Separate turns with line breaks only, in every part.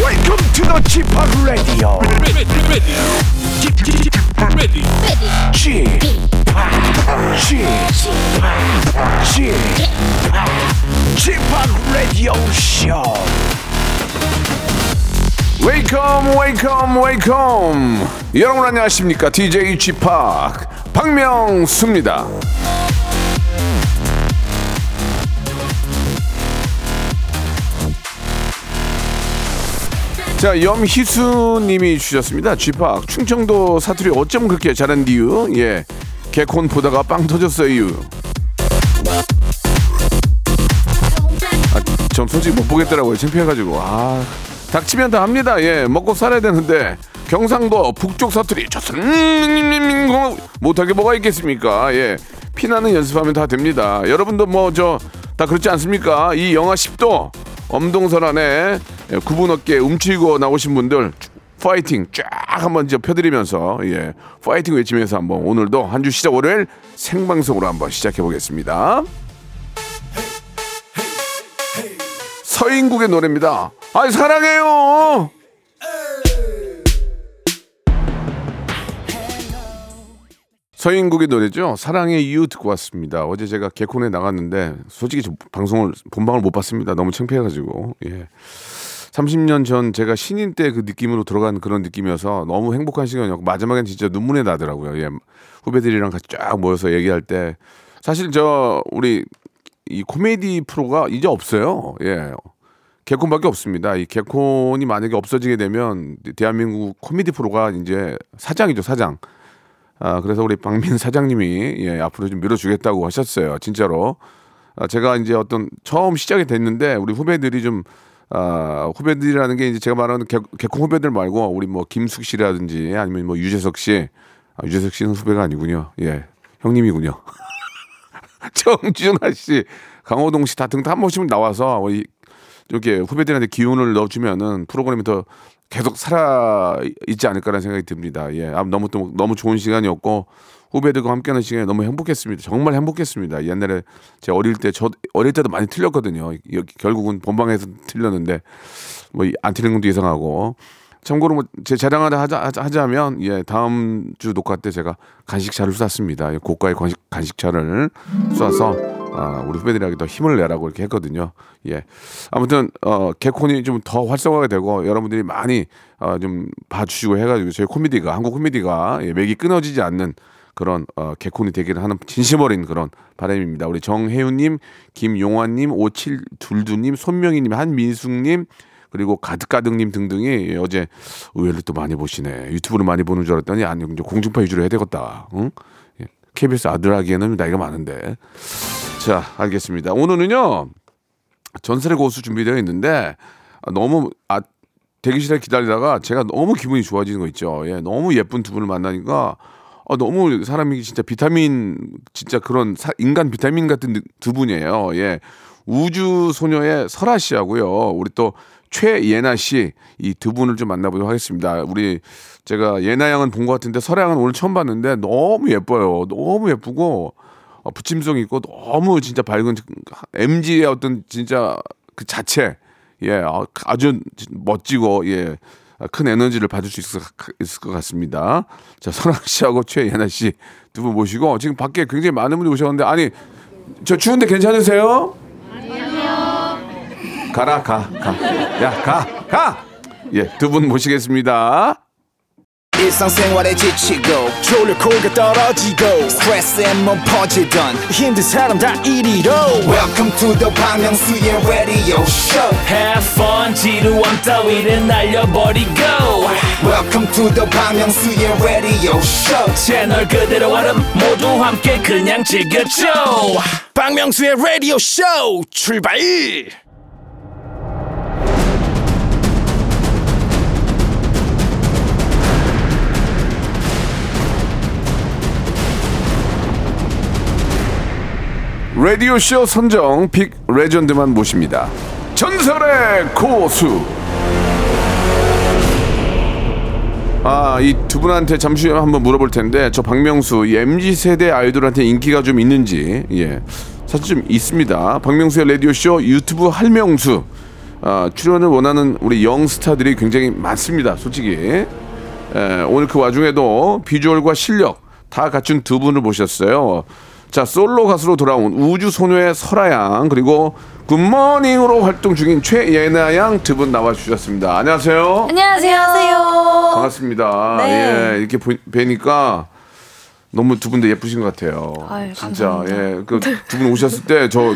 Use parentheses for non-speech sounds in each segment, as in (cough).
Welcome to the g p o p Radio.
ready, ready, ready, ready,
g p o p g p o p g p o p Radio Show. Welcome, welcome, welcome. 여러분 안녕하십니까? DJ g p o p 박명수입니다. 자, 염희수님이 주셨습니다. 쥐팍 충청도 사투리 어쩜 그렇게 잘한 이유? 예, 개콘 보다가 빵 터졌어요. 이유. 아, 전 솔직히 못 보겠더라고요. 창피해가지고. 아, 닥치면 다 합니다. 예, 먹고 살아야 되는데 경상도 북쪽 사투리 저슨 못하게 뭐가 있겠습니까? 예, 피나는 연습하면 다 됩니다. 여러분도 뭐 저 다 그렇지 않습니까? 이 영하 10도 엄동설 안에 예, 구분 어깨 움츠리고 나오신 분들 쭉 파이팅 쫙 한번 이제 펴드리면서 예, 파이팅 외치면서 한번 오늘도 한 주 시작 월요일 생방송으로 한번 시작해 보겠습니다. 서인국의 노래입니다. 아 사랑해요. 서인국의 노래죠. 사랑의 이유 듣고 왔습니다. 어제 제가 개콘에 나갔는데 솔직히 저 방송을 본방을 못 봤습니다. 너무 창피해가지고 예. 30년 전 제가 신인 때 그 느낌으로 들어간 그런 느낌이어서 너무 행복한 시간이었고 마지막엔 진짜 눈물이 나더라고요. 예. 후배들이랑 같이 쫙 모여서 얘기할 때 사실 저 우리 이 코미디 프로가 이제 없어요. 예. 개콘밖에 없습니다. 이 개콘이 만약에 없어지게 되면 대한민국 코미디 프로가 이제 사장이죠, 사장. 아, 그래서 우리 박민 (laughs) 사장님이 예, 앞으로 좀 밀어주겠다고 하셨어요. 진짜로. 아, 제가 이제 어떤 처음 시작이 됐는데 우리 후배들이 좀 아, 후배들이라는 게 이제 제가 말하는 개, 개콘 후배들 말고 우리 뭐 김숙 씨라든지 아니면 뭐 유재석 씨. 아, 유재석 씨는 후배가 아니군요. 예. 형님이군요. (laughs) 정준하 씨, 강호동 씨 다 등 다 한 번씩 나와서 뭐 이- 이렇게 후배들한테 기운을 넣어주면은 프로그램이 더 계속 살아 있지 않을까라는 생각이 듭니다. 예, 아, 너무 또 너무 좋은 시간이었고 후배들과 함께하는 시간이 너무 행복했습니다. 정말 행복했습니다. 옛날에 제 어릴 때 저 어릴 때도 많이 틀렸거든요. 이- 결국은 본방에서 틀렸는데 뭐 안 틀린 것도 이상하고. 참고로 뭐 제 자랑하다 하자, 하자- 하자면 예 다음 주 녹화 때 제가 간식차를 쐈습니다. 예, 고가의 간식, 간식차를 쏴서 아, 우리 후배들에게 더 힘을 내라고 이렇게 했거든요. 예 아무튼 어, 개콘이 좀 더 활성화가 되고 여러분들이 많이 어, 좀 봐주시고 해가지고 저희 코미디가 한국 코미디가 예, 맥이 끊어지지 않는 그런 어, 개콘이 되기를 하는 진심 어린 그런 바람입니다. 우리 정혜윤님, 김용환님, 5722님, 손명희님, 한민숙님 그리고 가득가득님 등등이 예, 어제 의외로 또 많이 보시네. 유튜브를 많이 보는 줄 알았더니 아니 이제 공중파 위주로 해야 되겠다. 응? 예, KBS 아들하기에는 나이가 많은데. 자 알겠습니다. 오늘은요 전설의 고수 준비되어 있는데 아, 너무 아 대기실에 기다리다가 제가 너무 기분이 좋아지는 거 있죠. 예, 너무 예쁜 두 분을 만나니까 아, 너무 사람이 진짜 비타민 진짜 그런 사- 인간 비타민 같은 느- 두 분이에요. 예. 우주 소녀의 설아 씨하고요. 우리 또 최예나 씨 이 두 분을 좀 만나보도록 하겠습니다. 우리 제가 예나 양은 본 것 같은데 설아 양은 오늘 처음 봤는데 너무 예뻐요. 너무 예쁘고 어, 부침성 있고 너무 진짜 밝은 MG의 어떤 진짜 그 자체 예 아, 아주 진- 멋지고 예. 아, 큰 에너지를 받을 수 있을, 것 같- 있을 것 같습니다. 자, 선아 씨하고 최예나 씨 두 분 모시고 지금 밖에 굉장히 많은 분이 오셨는데 아니 저 추운데 괜찮으세요? 아니요. 가라 가 가. 야, 가. 가. 예, 두 분 모시겠습니다.
일상생활에 지치고, 졸려 코가 떨어지고, 스트레스에 몸 퍼지던, 힘든 사람 다 이리로. welcome to the Bang Myung-soo's radio show
Have fun 지루함 따위를 날려버리고
welcome to the Bang Myung-soo's radio show
채널 그대로 얼음 모두 함께 그냥 즐겨줘
박명수의 라디오 쇼 출발!
라디오 쇼 선정 빅 레전드만 모십니다. 전설의 고수. 아, 이 두 분한테 잠시 후에 한번 물어볼 텐데 저 박명수 이 MZ 세대 아이돌한테 인기가 좀 있는지 예 사실 좀 있습니다. 박명수의 라디오 쇼 유튜브 할명수 아, 출연을 원하는 우리 영 스타들이 굉장히 많습니다. 솔직히 에, 오늘 그 와중에도 비주얼과 실력 다 갖춘 두 분을 모셨어요. 자 솔로 가수로 돌아온 우주 소녀의 설아양 그리고 굿모닝으로 활동 중인 최예나 양 두 분 나와 주셨습니다. 안녕하세요.
안녕하세요. 어,
아, 반갑습니다.
네.
예, 이렇게 보- 뵈니까 너무 두 분 다 예쁘신 것 같아요.
아유,
진짜
감사합니다.
예, 그 두 분 오셨을 때 저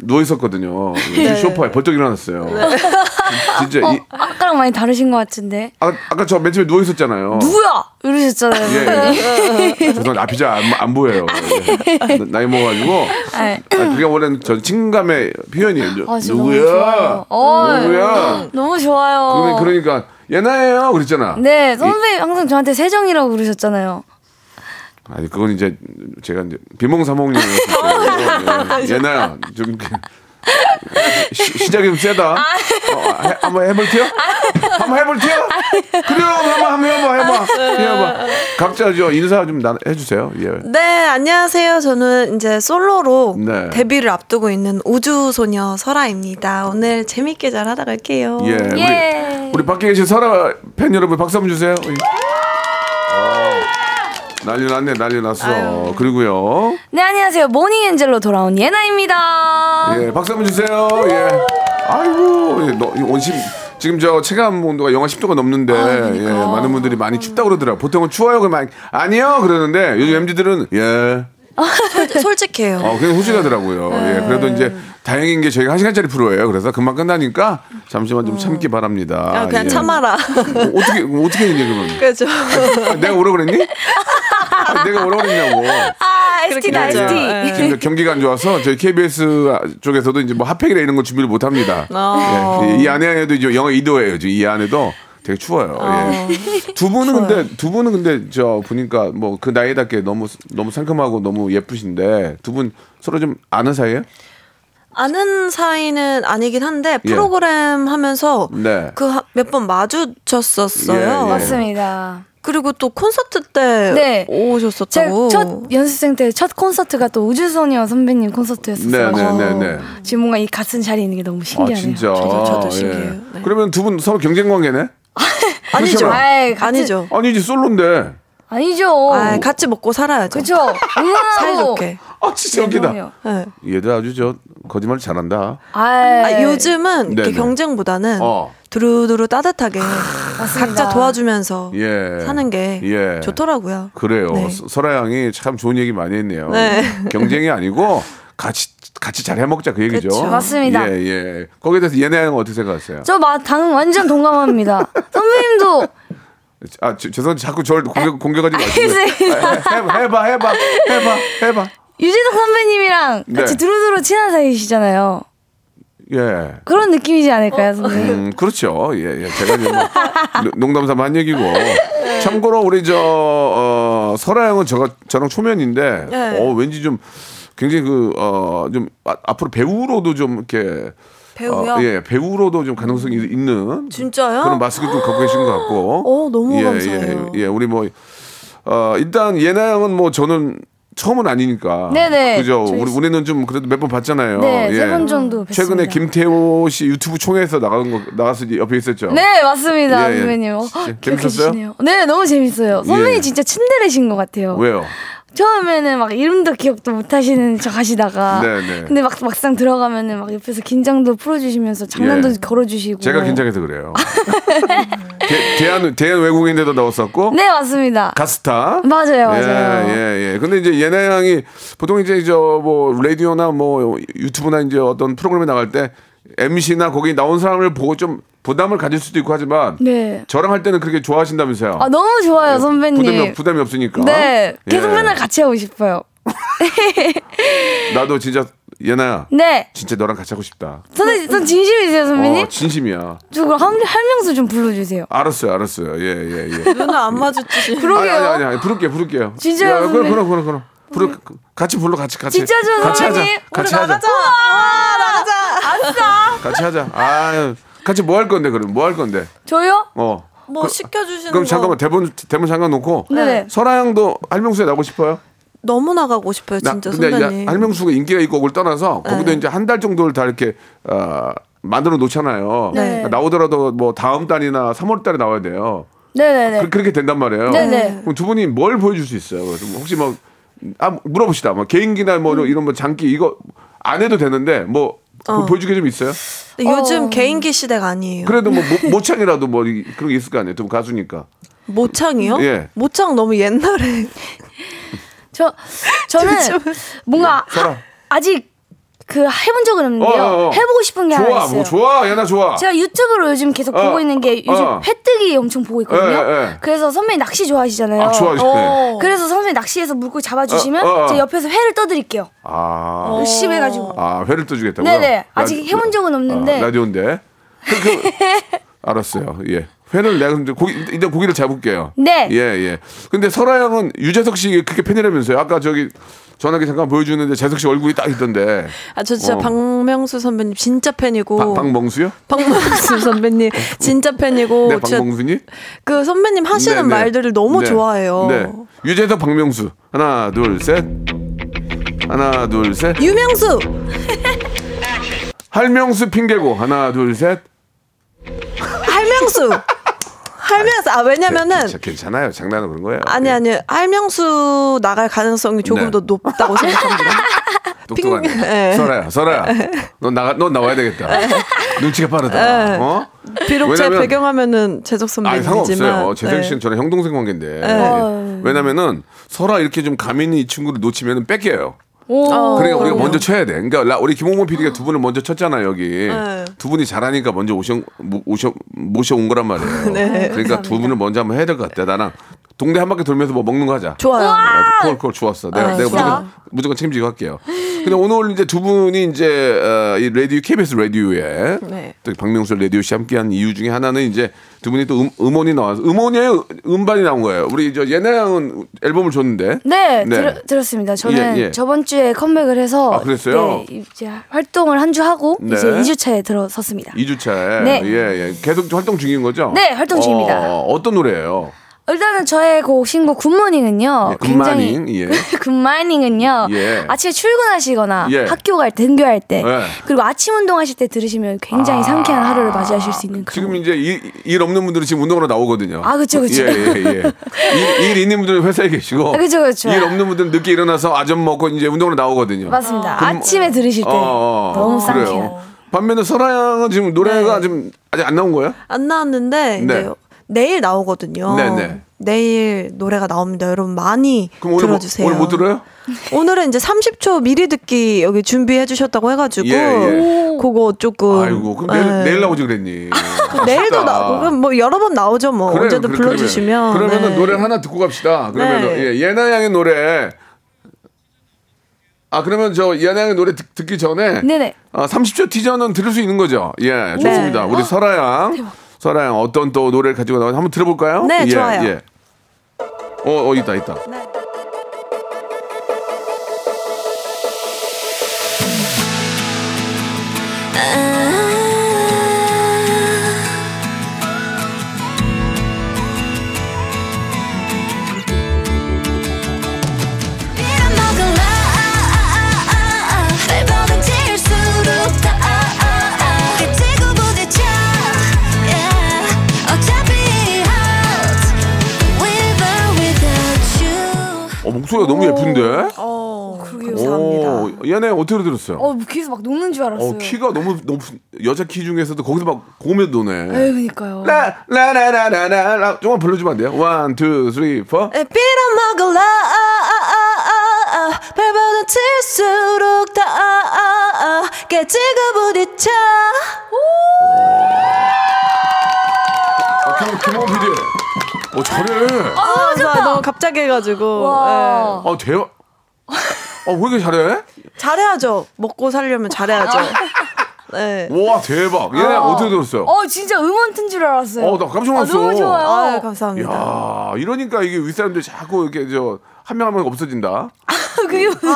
누워 있었거든요.
네.
예, 소파에 벌떡 일어났어요. 진짜
어,
이-
아까랑 많이 다르신 것 같은데.
아, 아까 저 맨 처음에 누워 있었잖아요.
누구야? 이러셨잖아요.
예. 죄송한데 앞이 잘 안 보여요. 예. 나이 먹어가지고.
아이.
아, 그게 원래는 저 친감의 표현이에요.
네. 아, 진짜 너무
누구야?
좋아요. 어이.
누구야?
너무 좋아요.
그러면 그러니까 예나예요 그랬잖아.
네, 선배님 항상 저한테 세정이라고 그러셨잖아요.
아니 그건 이제 제가 이제 비몽사몽이에요. 예나야 좀 이렇게 시, 시작이 좀 세다. 어, 해, 한번 해볼게요. 한번 해볼게요. 그래요. 한번 한번 해봐 해봐 해봐. 각자 저 인사 좀 나, 해주세요. 예.
네, 안녕하세요. 저는 이제 솔로로
네.
데뷔를 앞두고 있는 우주소녀 설아입니다. 오늘 재밌게 잘 하다 갈게요.
예. 우리,
예.
우리 밖에 계신 설아 팬 여러분 박수 한번 주세요. 예. 어, 난리 났네 난리 났어. 그리고요.
네, 안녕하세요. 모닝엔젤로 돌아온 예나입니다.
아.
예, 박수 한번 주세요. 예. 아이고, 예, 너, 이 온심. 지금 저 체감 온도가 영하 10도가 넘는데
아, 그러니까.
예, 많은 분들이 많이 춥다 고 그러더라. 고 보통은 추워요, 그러면 아니요 그러는데 요즘 MZ들은 예,
솔직해요.
어, 그냥 후진하더라고요.
네.
예, 그래도 이제 다행인 게 저희가 한 시간짜리 프로예요. 그래서 금방 끝나니까 잠시만 좀 참기 바랍니다.
음. 아, 그냥
예.
참아라. (laughs)
어, 어떻게 어떻게 했냐 그러면?
그죠?
아, 내가 오라 그랬니? 아, 내가 오라 그랬냐고.
아, ST다,
그렇게
ST.
되죠. 예.
(laughs) 지금 경기가 안 좋아서 저희 KBS 쪽에서도 이제 뭐 핫팩이나 이런 거 준비를 못 합니다.
어.
예, 이 안에도 이제 영하 2도예요. 지금 이 안에도 되게 추워요.
어.
예. 두 분은 근데 두 분은 근데 저 보니까 뭐 그 나이답게 너무 너무 상큼하고 너무 예쁘신데 두 분 서로 좀 아는 사이예요?
아는 사이는 아니긴 한데
예.
프로그램 하면서
네.
그 몇 번 마주쳤었어요.
예, 예.
맞습니다.
그리고 또 콘서트 때
네. 제
오셨었다고.
첫 연습생 때 첫 콘서트가 또 우주소녀 선배님 콘서트였어요.
네, 네, 네, 네.
지금 뭔가 이 같은 자리에 있는 게 너무
아
신기하네요.
진짜.
저도- 저도 신기해요. 네.
그러면 두 분 서로 경쟁 관계네?
(laughs) 아니죠.
그렇잖아.
아이, 같은-
아니죠.
아니지 솔로인데.
아니죠.
아, 같이 먹고 살아야죠.
어. 그쵸? 어. 응원하고.
(laughs) 사이좋게.
아 진짜 웃기다.
그럼요.
네.
얘들 아주 저 거짓말 잘한다.
아이,
아, 요즘은 이렇게
네네.
경쟁보다는
어.
두루두루 따뜻하게 각자 도와주면서
예.
사는 게
예.
좋더라고요.
그래요.
네.
서- 설아 양이 참 좋은 얘기 많이 했네요.
네.
경쟁이 아니고 같이 같이 잘 해먹자 그 얘기죠.
그쵸.
맞습니다.
예, 예. 거기에 대해서 얘네 양은 어떻게 생각하세요?
저 마, 당 완전
(laughs)
동감합니다. 선배님도
아 저- 죄송한데 자꾸 저를 공격 공격하지 마시고
알겠습니다.
해봐 해봐 해봐 해봐 해봐.
유재석 선배님이랑
네.
같이 두루두루 친한 사이시잖아요.
예.
그런 느낌이지
어?
않을까요, 선배님?
(laughs)
음, 그렇죠. 예, 예. 제가 이제 뭐 노- 농담 삼아 한 얘기고. 참고로 우리 저, 어, 설아 형은 저가, 저랑 초면인데,
네.
어, 왠지 좀 굉장히 그, 어, 좀 아- 앞으로 배우로도 좀 이렇게.
배우요?
어, 예, 배우로도 좀 가능성이 있는.
진짜요?
그런 마스크 좀 갖고 계신 것 같고.
어, 너무 감사해요.
예, 예. 우리 뭐, 어, 일단 예나 형은 뭐 저는 처음은 아니니까.
네네.
그죠.
저희
우리, 우리는 좀 그래도 몇 번 봤잖아요.
네,
예.
세 번 정도 뵀습니다.
최근에 김태호 씨 유튜브 총회에서 나간 거 나가서 이제 옆에 있었죠.
네, 맞습니다,
예, 예.
선배님. 어,
재-
기억해
재밌었어요?
주시네요. 네, 너무 재밌어요. 선배님
예.
진짜 친데레신 것 같아요.
왜요?
처음에는 막 이름도 기억도 못 하시는 척 하시다가
네, 네.
근데 막 막상 들어가면은 막 옆에서 긴장도 풀어 주시면서 장난도
예.
걸어 주시고
제가 긴장해서
(laughs)
그래요. 대, 대한 대한 외국인데도 나왔었고
네, 맞습니다.
가스타.
맞아요,
예,
맞아요.
예, 예. 근데 이제 예나 양이 보통 이제 저 뭐 라디오나 뭐 유튜브나 이제 어떤 프로그램에 나갈 때 MC나 거기 나온 사람을 보고 좀 부담을 가질 수도 있고 하지만
네.
저랑 할 때는 그렇게 좋아하신다면서요.
아, 너무 좋아요, 선배님.
예, 부담이, 없- 부담이 없으니까.
네. 계속
예.
맨날 같이 하고 싶어요.
나도 진짜 예나야.
네.
진짜 너랑 같이 하고 싶다.
선생님, 전 진심이세요, 선배님?
아, 어, 진심이야.
저 그럼 한, 한명수 좀 불러주세요.
알았어요, 알았어요. 예, 예, 예.
눈을 안 마주치시.
(laughs)
그러게요.
아니, 아니, 아니, 부를게요, 부를게요.
진짜요,
야, 그럼,
선배님?
그럼, 그럼, 그럼. 부를, 같이 불러, 같이, 같이.
진짜죠,
같이 하자.
선배님? 우리
같이 하자. 같이 하자. 아, 같이 뭐 할 건데, 그럼 뭐 할 건데?
저요?
어.
뭐
그-
시켜주시는
그럼
거
잠깐만 대본 대본 잠깐 놓고.
네.
설아 형도 할명수에 나오고 싶어요?
너무 나가고 싶어요, 진짜
근데 이제
선배님.
네.
할명수가 인기가 있고 그걸 떠나서 거기도 이제 한 달 정도를 다 이렇게 어, 만들어 놓잖아요.
네.
그러니까 나오더라도 뭐 다음 달이나 3월 달에 나와야 돼요.
네네네.
그, 그렇게 된단 말이에요.
네네.
그럼 두 분이 뭘 보여줄 수 있어요? 그래서 뭐 혹시 뭐, 아, 물어봅시다. 뭐 개인기나 뭐 이런 뭐 장기 이거 안 해도 되는데 뭐 보- 보여주게 좀 있어요?
근데 요즘 개인기 시대가 아니에요.
그래도 뭐 모- 모창이라도 뭐 이- 그런 게 있을 거 아니에요. 두 분 가수니까.
모창이요?
예.
모창 너무 옛날에.
저 (laughs) 저는
잠시만요.
뭔가 하- 아직 그 해본 적은 없는데요.
네, 어, 어, 어.
해보고 싶은 게 하나
좋아,
있어요.
뭐 좋아, 얘나 좋아.
제가 유튜브로 요즘 계속
어,
보고 있는 게 요즘
어.
회뜨기 엄청 보고 있거든요.
예, 예.
그래서 선배님 낚시 좋아하시잖아요.
아, 좋아, 좋네.
어.
그래서 선배님 낚시해서 물고기 잡아주시면
어, 어, 어.
제가 옆에서 회를 떠드릴게요.
아,
열심히 해가지고.
아 회를 또 주겠다고요?
네네.
라-
아직 해본 적은 없는데.
아, 라디오인데. 그, 그,
(laughs)
알았어요. 예. 회를 내가 근데 고기 일단 고기를 잡을게요.
네.
예 예. 근데 설아 형은 유재석 씨 그렇게 팬이라면서요? 아까 저기 전화기 잠깐 보여주는데 재석 씨 얼굴이 딱 있던데.
아, 저 진짜
어.
박명수 선배님 진짜 팬이고.
박- 박멍수요? (laughs)
박명수 선배님 진짜 팬이고.
네,
진짜
박멍수니?
그 선배님 하시는
네, 네.
말들을 너무
네.
좋아해요.
네. 유재석 박명수. 하나, 둘, 셋. 하나, 둘, 셋.
유명수!
할명수 핑계고. 하나, 둘, 셋.
할명수! 할명수! 아, 왜냐면은.
괜찮- 괜찮아요. 장난으로 그런 거예요.
아니,
예.
아니, 할명수 나갈 가능성이 조금
네.
더
(laughs)
높다고 생각합니다.
똑똑하네.
핑- 예.
설아야, 설아야. 넌 나가, 넌 나와야 되겠다. 눈치가 빠르다. 어?
예. 비록 제
왜냐면-
배경화면은 재석
아니
선배님이지만. 예.
상관없어요. 재석
네.
씨는 저랑 형 동생 관계인데
어.
왜냐면은 설아 이렇게 좀 가민이 이 친구를 놓치면 뺏겨요.
오.
그러니까 우리가
그럼요.
먼저 쳐야 돼. 그러니까 라- 우리 김홍범 PD가 두 분을 먼저 쳤잖아요 여기.
네.
두 분이 잘하니까 먼저 오셔 모- 오셔 모셔온 거란
(laughs)
말이에요.
네.
그러니까 두 분을 먼저 한번 해야 될 것 같아. 나랑 동네 한 바퀴 돌면서 뭐 먹는 거 하자.
좋아요.
아주 그걸 그걸 좋았어. 내가, 내가
진짜?
무조건, 무조건 책임지고 할게요. 근데 오늘 이제 두 분이 이제 어, 이 라디오 KBS 라디오에
네.
또 박명수 라디오 씨 함께한 이유 중에 하나는 이제 두 분이 또 음, 음원이 나와서 음원이에요, 음반이 나온 거예요. 우리 저 예나 형은 앨범을 줬는데.
네, 들, 들었습니다. 저는
예, 예.
저번 주에 컴백을 해서
아, 그랬어요?
네, 이제 활동을 한 주 하고
네.
이제 2주 차에 들어섰습니다.
2주차에
네.
예, 예. 계속 활동 중인 거죠?
네, 활동 중입니다.
어, 어떤 노래예요?
일단은 저의 곡 신곡 굿모닝은요.
예, 굿마닝, 예.
(laughs) 굿마닝은요.
예.
아침에 출근하시거나
예.
학교 갈 때, 등교할 때,
예. 아.
그리고 아침 운동하실 때 들으시면 굉장히 상쾌한 하루를 맞이하실 수 있는 그런.
지금 이제 일, 일 없는 분들은 지금 운동하러 나오거든요.
아, 그쵸, 그쵸.
예, 예, 예. 일, 일 있는 분들은 회사에 계시고.
아, 그쵸, 그쵸.
일 없는 분들은 늦게 일어나서 아점 먹고 이제 운동하러 나오거든요.
맞습니다.
그럼-
아침에 들으실 때
어, 어, 어.
너무
그래요.
상쾌한. 네.
반면에 설아 양은 지금 노래가 지금 아직 안 나온 거예요?
안 나왔는데
네.
이제 내일 나오거든요.
네, 네.
내일 노래가 나옵니다. 여러분 많이
그럼 오늘, 뭐-
들어주세요.
오늘 못 들어요?
오늘은 이제 30초 미리 듣기 여기 준비해 주셨다고 해가지고
예, 예.
그거
음.
조금
아이고, 그럼 내일,
네.
예.
내일 나오지
(laughs)
그랬니?
내일도
아쉽다.
나오고 그럼 뭐 여러 번 나오죠 뭐
그래요,
언제든
그래,
불러주시면
그러면, 그러면은
네.
노래 하나 듣고 갑시다. 그러면
네.
예, 예나 양의 노래. 아 그러면 저 예나 양의 노래 듣, 기 전에
네네.
아, 30초 티저는 들을 수 있는 거죠. 예,
네.
좋습니다.
어.
우리 설아 양, 설아 양 어떤 또 노래를 가지고 나와 한번 들어볼까요?
네,
예,
좋아요. 네.
예. 어, 어 있다, 있다. 어, 목소리가 너무 예쁜데? 오,
어, 감사합니다.
예나 양 어떻게 들었어요?
어, 귀에서 막 녹는 줄 알았어요.
어, 키가 너무 높은 여자 키 중에서도 거기서 막 고음에
에이,
도네.
그니까요.
라 라라라라라 조금만 불러주면 안 돼요? 원, 투, 쓰리, 포.
에, 빌어먹을라 발바닥 튈수록 다 아, 아, 깨지고 부딪혀
아, 김, 김홍 PD. 어, 잘해.
아, 나 너무 갑자기 해가지고
와.
아, 대박. 아, 왜 이렇게 잘해?
예. 잘해야죠 먹고 살려면 잘해야죠 (laughs) 네.
와, 대박. 얘 아, 어떻게 들었어요?
어, 진짜 음원 튼 줄 알았어요.
어, 나 깜짝
아, 너무
놀랐어.
좋아요.
아유 감사합니다
야, 이러니까 이게 윗사람들이 자꾸 이렇게 저, 한 명 한 명 없어진다.
그게 무슨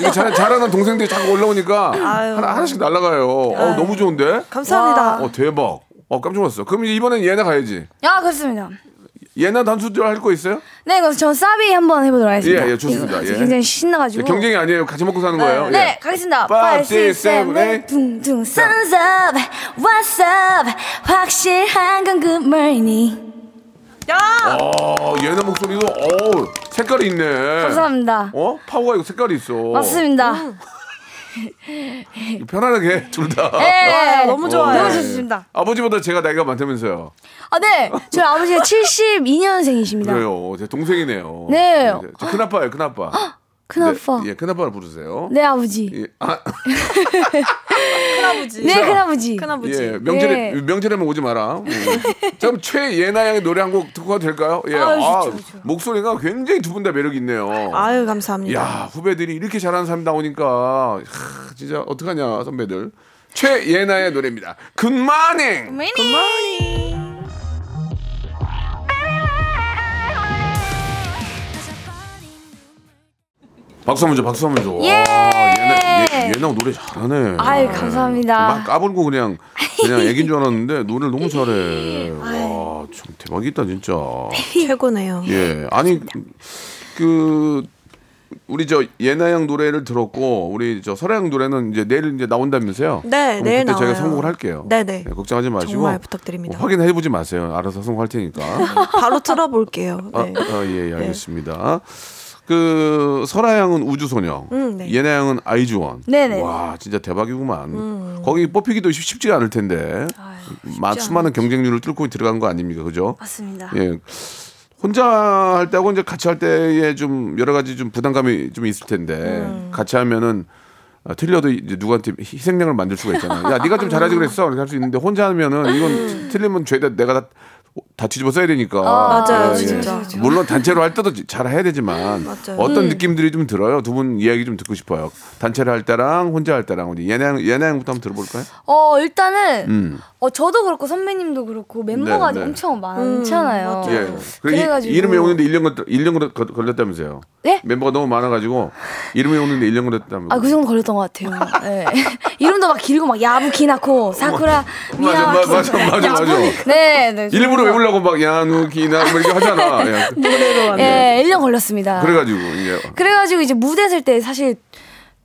이게 잘, 잘하는 동생들이 자꾸 올라오니까
아유.
하나, 하나씩 날아가요. 어, 너무 좋은데?
감사합니다
어, 대박. 어, 깜짝 놀랐어. 그럼 이제 이번엔 얘네 가야지.
야, 그렇습니다.
예나 단수들 할 거 있어요?
네, 그래서 저 사비 한번 해보도록 하겠습니다.
예, 예, 좋습니다.
이거
예.
굉장히 신나가지고.
경쟁이 아니에요. 같이 먹고 사는 거예요.
네,
예.
가겠습니다.
Five,
5,
six,
6,
seven,
7,
eight.
8 둥둥 Sun's up, what's up 확실한 건 good morning
야!
어, 예나 목소리도 어 색깔이 있네.
감사합니다
어 음. 파워가 이거 색깔이 있어.
맞습니다
편안하게 둘 다. 네.
예.
네. 너무 좋아요.
너무 좋습니다
아버지보다 제가 나이가 많다면서요.
아네 저희 아버지가 72년생이십니다
그래요. 제 동생이네요.
네.
예, 저 큰아빠예요, 큰아빠.
큰아빠
네,
네,
예, 큰아빠를 부르세요.
아버지
예, 아,
큰아버지.
네 큰아버지
큰아버지.
예, 명절에
예.
명절에만 오지 마라.
(laughs)
음. 자, 그럼 최예나 양의 노래 한 곡 듣고 가도 될까요? 예.
아유, 좋죠, 좋죠.
목소리가 굉장히 두 분 다 매력이 있네요.
아유, 감사합니다.
야, 후배들이 이렇게 잘하는 사람이 나오니까 하, 진짜 어떡하냐, 선배들. 최예나의 노래입니다. 굿마닝. 박수 한번 줘, 박수 한번 줘.
예.
와, 예나, 예, 예나 노래 잘하네.
아유,
음. 막
감사합니다
까불고 그냥
(laughs)
그냥 애긴 줄 알았는데 노래를 너무 잘해. 와, 참 대박이다 진짜.
최고네요.
예, 아니 그 우리 저 예나 양 노래를 들었고 우리 저 설아 양 노래는 이제 내일 이제 나온다면서요?
네,
그럼
내일
그때 저희가
나와요.
선곡을 할게요.
네네.
예, 걱정하지 마시고
정말 부탁드립니다.
뭐 확인해 보지 마세요. 알아서 선곡할
(laughs)
테니까.
바로 틀어볼게요.
아,
네.
아, 예, 예, 알겠습니다. 그 설아 양은 우주소녀,
음, 네.
예나 양은 아이즈원.
네네.
와, 진짜 대박이구만.
음.
거기 뽑히기도 쉽- 쉽지가 않을 텐데. 마, 수많은 경쟁률을 뚫고 들어간 거 아닙니까, 그죠?
맞습니다
예. 혼자 할 때하고 이제 같이 할 때에 좀 여러 가지 좀 부담감이 좀 있을 텐데
음.
같이 하면은 아, 틀려도 이제 누구한테 희- 희생양을 만들 수가 있잖아. 야, 네가 좀 잘하지 그랬어. 이렇게 할 수 있는데 혼자 하면은 이건 틀리면 죄다 내가 다, 다 뒤집어 써야 되니까.
음. 맞아요,
예, 예.
진짜.
물론 단체로 할 때도 잘 해야 되지만
맞아요. 음.
어떤 느낌들이 좀 들어요. 두 분 이야기 좀 듣고 싶어요. 단체로 할 때랑 혼자 할 때랑 우리 예나양 예나양부터 한번 들어볼까요?
어 일단은
음.
어 저도 그렇고 선배님도 그렇고 멤버가
네, 네.
엄청 많잖아요.
예. 그래
어. 그래가지고
이름 외우는데 1년 걸 1년 걸- 걸렸다면서요.
네?
멤버가 너무 많아 가지고 이름 외우는데 1년 걸렸다면서.
아 그 정도 걸렸던
(laughs)
것 같아요. 예. (laughs) 이름도 막 길고 막 야부키나코 사쿠라
어, 맞아,
미야와키.
맞아, 맞아, 맞아, 맞아.
네, 네.
일부러 외우려고 막 야누기나 뭐 이렇게
(laughs)
하잖아. 예.
예, 1년 걸렸습니다.
그래 가지고 이제
가지고 이제 무대 쓸 때 사실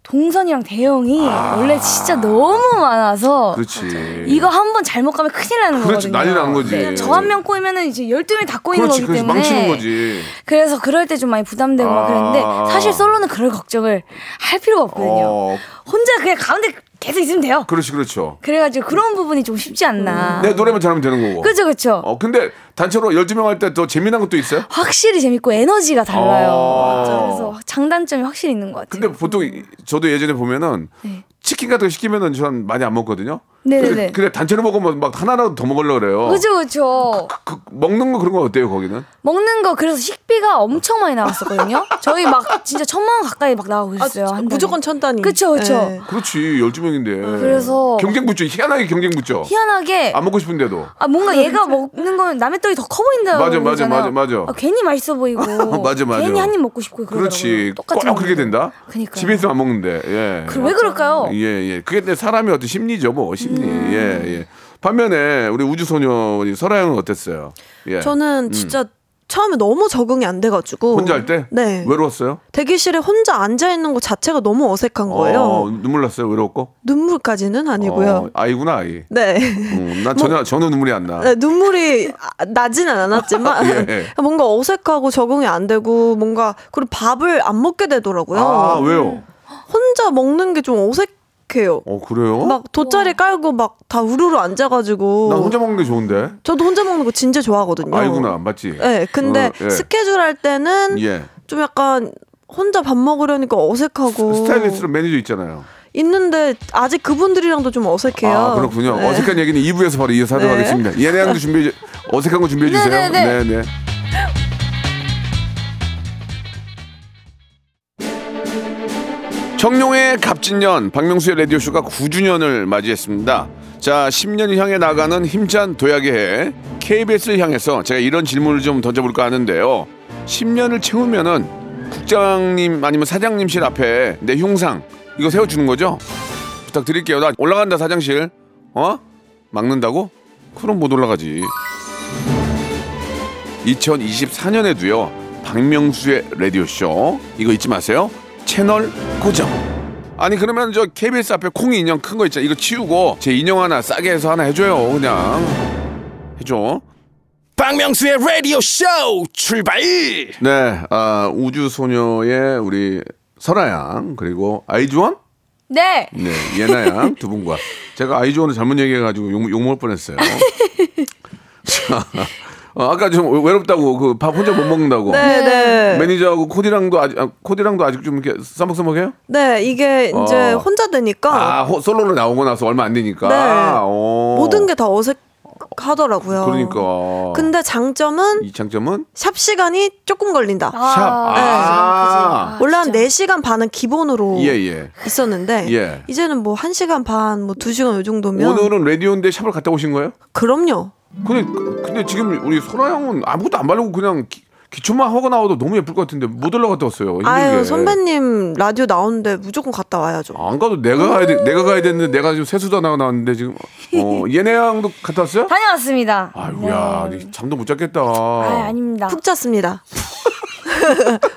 동선이랑 대형이 원래 진짜 너무 많아서
아. 그렇지.
어, 이거 한 번 잘못 가면 큰일 나는
그렇지,
거거든요.
난리 나는 거지.
저 한 명 꼬이면은 이제 12명이 다 꼬이는
그렇지.
거기
그래서
때문에
망치는 거지.
그래서 그럴 때 좀 많이 부담되고 막 그랬는데
아.
사실 솔로는 그럴 걱정을 할 필요가 없거든요.
어.
혼자 그냥 가운데 계속 있으면 돼요.
그렇지, 그렇죠.
그래가지고 그런 부분이 좀 쉽지 않나.
내 노래만 잘하면 되는 거고.
아. 그렇죠, 그렇죠.
어, 근데 단체로 12명 할 때 더 재미난 것도
아,
있어요?
확실히 재밌고 에너지가 달라요.
어.
그래서 장단점이 확실히 있는 것 같아요.
근데 보통 이- 저도 예전에 보면은
네.
치킨 같은 거 시키면은 전 많이 안 먹거든요.
네네네.
근데, 근데 단체로 먹으면 막 하나라도 더 먹으려고 그래요.
그죠, 그죠.
그, 먹는 거 그런 거 어때요 거기는?
먹는 거 그래서 식비가 엄청 많이 나갔었거든요. 저희 막 진짜 천만 원 가까이 막 나가고 있어요. 한 달에.
아, 무조건 천 단위.
그쵸, 그쵸.
네.
그렇지 12명인데
아, 그래서-
네. 경쟁 붙죠 희한하게 경쟁 붙죠
희한하게
안 먹고 싶은데도
아 뭔가 얘가 먹는 거면 남의 떡이 더 커 보인다고
맞아, 맞아,
그러잖아요.
맞아, 맞아.
아, 괜히 맛있어 보이고
(laughs) 맞아, 맞아.
괜히 한 입 먹고 싶고 그러더라고요.
그렇지 꼭
먹는
그렇게
거.
된다
그러니까요.
집에 있으면 안 먹는데 예.
그럼 왜 그럴까요?
예, 예. 그게 내 사람의 어떤 심리죠, 뭐, 심리. 예, 예. 반면에, 우리 우주소녀, 우리 설아영은 어땠어요? 예.
저는 진짜 처음에 너무 적응이 안 돼가지고.
혼자 할 때?
네.
외로웠어요?
대기실에 혼자 앉아있는 것 자체가 너무 어색한 거예요.
어, 눈물 났어요, 외로웠고?
눈물까지는 아니고요.
어, 아이구나, 아이.
네. (laughs)
음, 난 전혀, 전혀 눈물이 안 나.
네, 눈물이 아, 나지는 않았지만
(laughs) 예, 예.
(laughs) 뭔가 어색하고 적응이 안 되고 뭔가 그리고 밥을 안 먹게 되더라고요.
아, 왜요?
혼자 먹는 게 좀 어색해요.
어, 그래요?
막뭐 돗자리 깔고 막 다 우르르 앉아가지고.
나 혼자 먹는 게 좋은데?
저도 혼자 먹는 거 진짜 좋아하거든요.
아이구나, 맞지?
뭐 네, 근데
어, 예.
스케줄 할 때는
예.
좀 약간 혼자 밥 먹으려니까 어색하고
스타일리스트 매니저 있잖아요.
있는데 아직 그분들이랑도 좀 어색해요.
아 그렇군요.
네.
어색한 얘기는 2부에서 바로 이어서 하도록
네.
하겠습니다. 예내양도 준비 어색한 거 준비해 주세요.
네네네.
네네. 청룡의 갑진년 박명수의 라디오 쇼가 9주년을 맞이했습니다. 자, 10년을 향해 나가는 힘찬 도약의 해 KBS를 향해서 제가 이런 질문을 좀 던져볼까 하는데요. 10년을 채우면은 국장님 아니면 사장님실 앞에 내 흉상 이거 세워주는 거죠? 부탁드릴게요. 나 올라간다 사장실. 어? 막는다고? 그럼 못 올라가지. 2024년에도요 박명수의 라디오 쇼 이거 잊지 마세요 채널 고정. 아니 그러면 저 KBS 앞에 콩이 인형 큰 거 있잖아 이거 치우고 제 인형 하나 싸게 해서 하나 해줘요 그냥 해줘.
박명수의 라디오 쇼 출발
네, 아, 우주소녀의 우리 설아 양 그리고 아이즈원,
네.
네 예나 양 두 분과 제가 아이즈원을 잘못 얘기해가지고 욕, 욕 먹을 뻔했어요. (laughs) 자, 어, 아까 좀 외롭다고 그 밥 혼자 못 먹는다고
네네. 네.
매니저하고 코디랑도 아직 아, 코디랑도 아직 좀 이렇게 써먹써먹해요?
네, 이게 이제
어.
혼자 되니까
아 호- 솔로로 나오고 나서 얼마 안 되니까
네.
오.
모든 게 다 어색하더라고요.
그러니까
근데 장점은
이 장점은
샵 시간이 조금 걸린다.
아,
샵.
그지,
아.
그지.
원래 한
진짜.
4시간 반은 기본으로
예예
있었는데
예.
이제는 뭐 1시간 반, 뭐 2시간 요 정도면
오늘은 라디오인데 샵을 갔다 오신 거예요?
그럼요.
근데 근데 지금 우리 소라 형은 아무것도 안 바르고 그냥 기, 기초만 하고 나와도 너무 예쁠 것 같은데 못 올라갔다 왔어요. 예. 힘들게.
아유, 선배님 라디오 나오는데 무조건 갔다 와야죠.
아.
안 가도 내가 가야 돼, 내가 가야 되는데 내가 지금 세수도 안 하고 나왔는데 지금
(laughs)
어, 얘네랑도 갔다 왔어요?
다녀왔습니다.
아유야
네.
이 잠도 못 잤겠다.
아, 아닙니다.
푹 잤습니다. (laughs)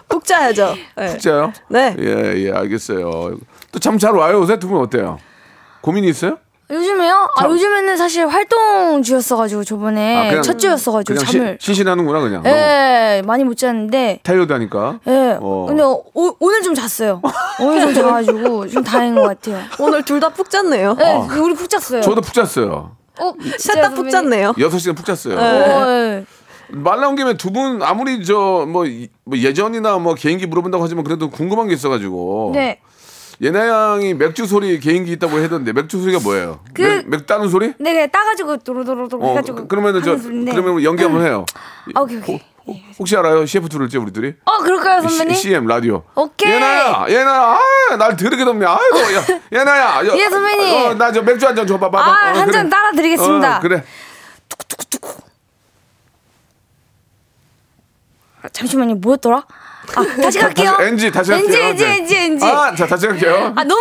푹 자야죠. 네.
진짜요?
네.
예예 알겠어요. 또 잠 잘 와요 요새 두 분 어때요? 고민이 있어요?
요즘에요? 아, 요즘에는 사실 활동 주였어가지고
아,
저번에
그냥-
네, 첫 주였어가지고
그냥
잠을
시, 신신하는구나 그냥. 어.
예 많이 못 잤는데
타이어드 하니까.
예
어.
근데 어, 오, 오늘 좀 잤어요. 오늘 좀 자가지고 좀 다행인 것 같아요.
오늘 둘 다 푹 잤네요.
예 우리 푹 잤어요.
아. 저도 푹 잤어요.
어,
셋
진짜요,
다 푹
선배님?
잤네요.
여섯 시간 푹 잤어요.
어,
네.
예.
말 나온 김에 두 분 아무리 저 뭐 예전이나 뭐 개인기 물어본다고 하지만 그래도 궁금한 게 있어가지고
네.
예나 양이 맥주 소리 개인기 있다고 했던데 맥주 소리가 뭐예요?
그-
맥, 맥 따는 소리?
네, 그냥 따가지고 도로도로도로
어
해가지고.
그- 그러면은 저
하는 소리인데.
그러면 연기 한번 해요.
아, 오케이, 오케이.
호- 혹시 알아요? CF 들을지 우리들이?
어, 그럴까요, 선배님?
C, m 라디오.
오케이.
예나야, 예나야, 아날 더럽게 덥네. 아이고, 야, 예나야. 여-
예, 선배님.
어, 나저 맥주 한 잔 줘봐, 봐봐.
아, 한 잔 따라 드리겠습니다.
어, 그래.
아, 잠시만요, 뭐였더라?
(laughs)
아, 다시 갈게요.
다시 NG 다시 할게요.
NG, NG, NG, NG.
아, 자 다시 할게요.
아, 너무